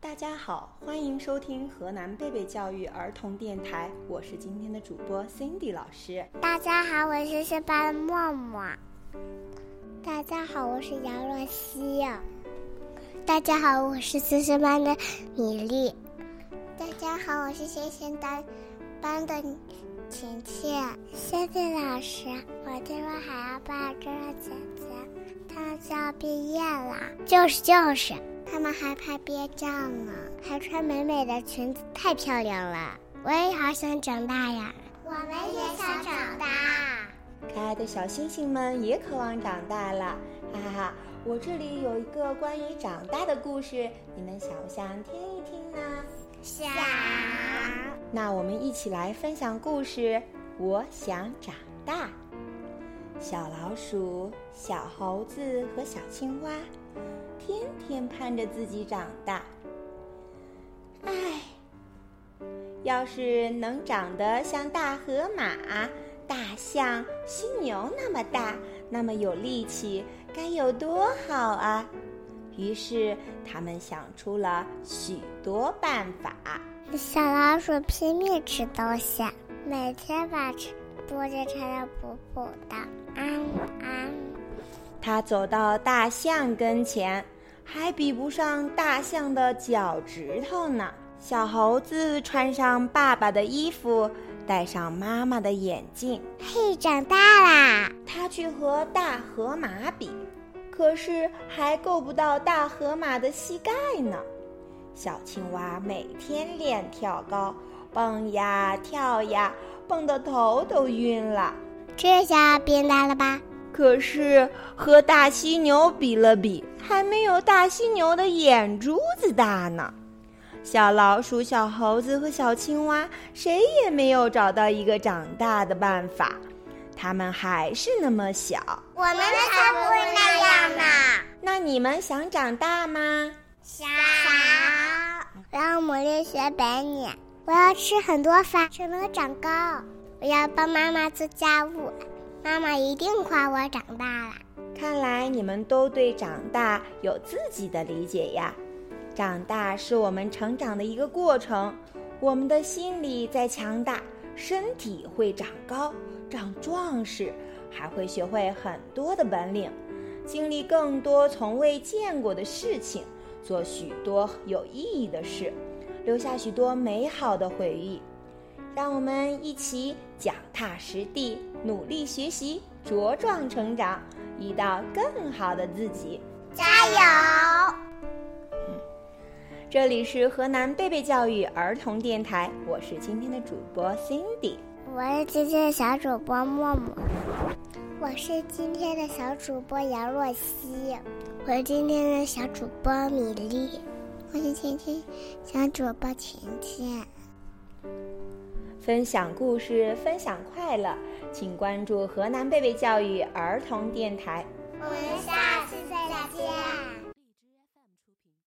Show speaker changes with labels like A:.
A: 大家好，欢迎收听河南贝贝教育儿童电台，我是今天的主播 Cindy 老师。
B: 大家好，我是四班的默默。大家好，我是杨若曦。哦大家好，我是四十班的米粒。大家好，我是学前班班的晴晴。谢谢老师，我听说海洋爸知道姐姐，他就要毕业了。就是就是，他们还拍毕业照呢，还穿美美的裙子，太漂亮了。我也好想长大呀。我们也想长大。
A: 可爱的小星星们也渴望长大了，哈哈哈！我这里有一个关于长大的故事，你们想不想听一听呢？
B: 想。
A: 那我们一起来分享故事。我想长大。小老鼠、小猴子和小青蛙，天天盼着自己长大。唉，要是能长得像大河马、大象、犀牛那么大，那么有力气，该有多好啊！于是他们想出了许多办法。
B: 小老鼠拼命吃东西，每天把吃布丁吃的补补的。嗯嗯，
A: 它走到大象跟前，还比不上大象的脚趾头呢。小猴子穿上爸爸的衣服，戴上妈妈的眼镜，
B: 嘿，长大啦！
A: 它去和大河马比，可是还够不到大河马的膝盖呢。小青蛙每天练跳高，蹦呀跳呀，蹦得头都晕了。
B: 这下变大了吧？
A: 可是和大犀牛比了比，还没有大犀牛的眼珠子大呢。小老鼠、小猴子和小青蛙，谁也没有找到一个长大的办法，它们还是那么小。
B: 我们才不会那样呢！
A: 那你们想长大吗？
B: 想，我要努力学本领，我要吃很多饭，才能长高。我要帮妈妈做家务，妈妈一定夸我长大了。
A: 看来你们都对长大有自己的理解呀。长大是我们成长的一个过程，我们的心理在强大，身体会长高、长壮实，还会学会很多的本领，经历更多从未见过的事情，做许多有意义的事，留下许多美好的回忆。让我们一起脚踏实地，努力学习，茁壮成长，遇到更好的自己。
B: 加油！
A: 这里是河南贝贝教育儿童电台，我是今天的主播 Cindy。
B: 我是今天的小主播默默，我是今天的小主播杨若曦，我是今天的小主播米粒，我是今天小主播晴晴。
A: 分享故事，分享快乐，请关注河南贝贝教育儿童电台。
B: 我们下次。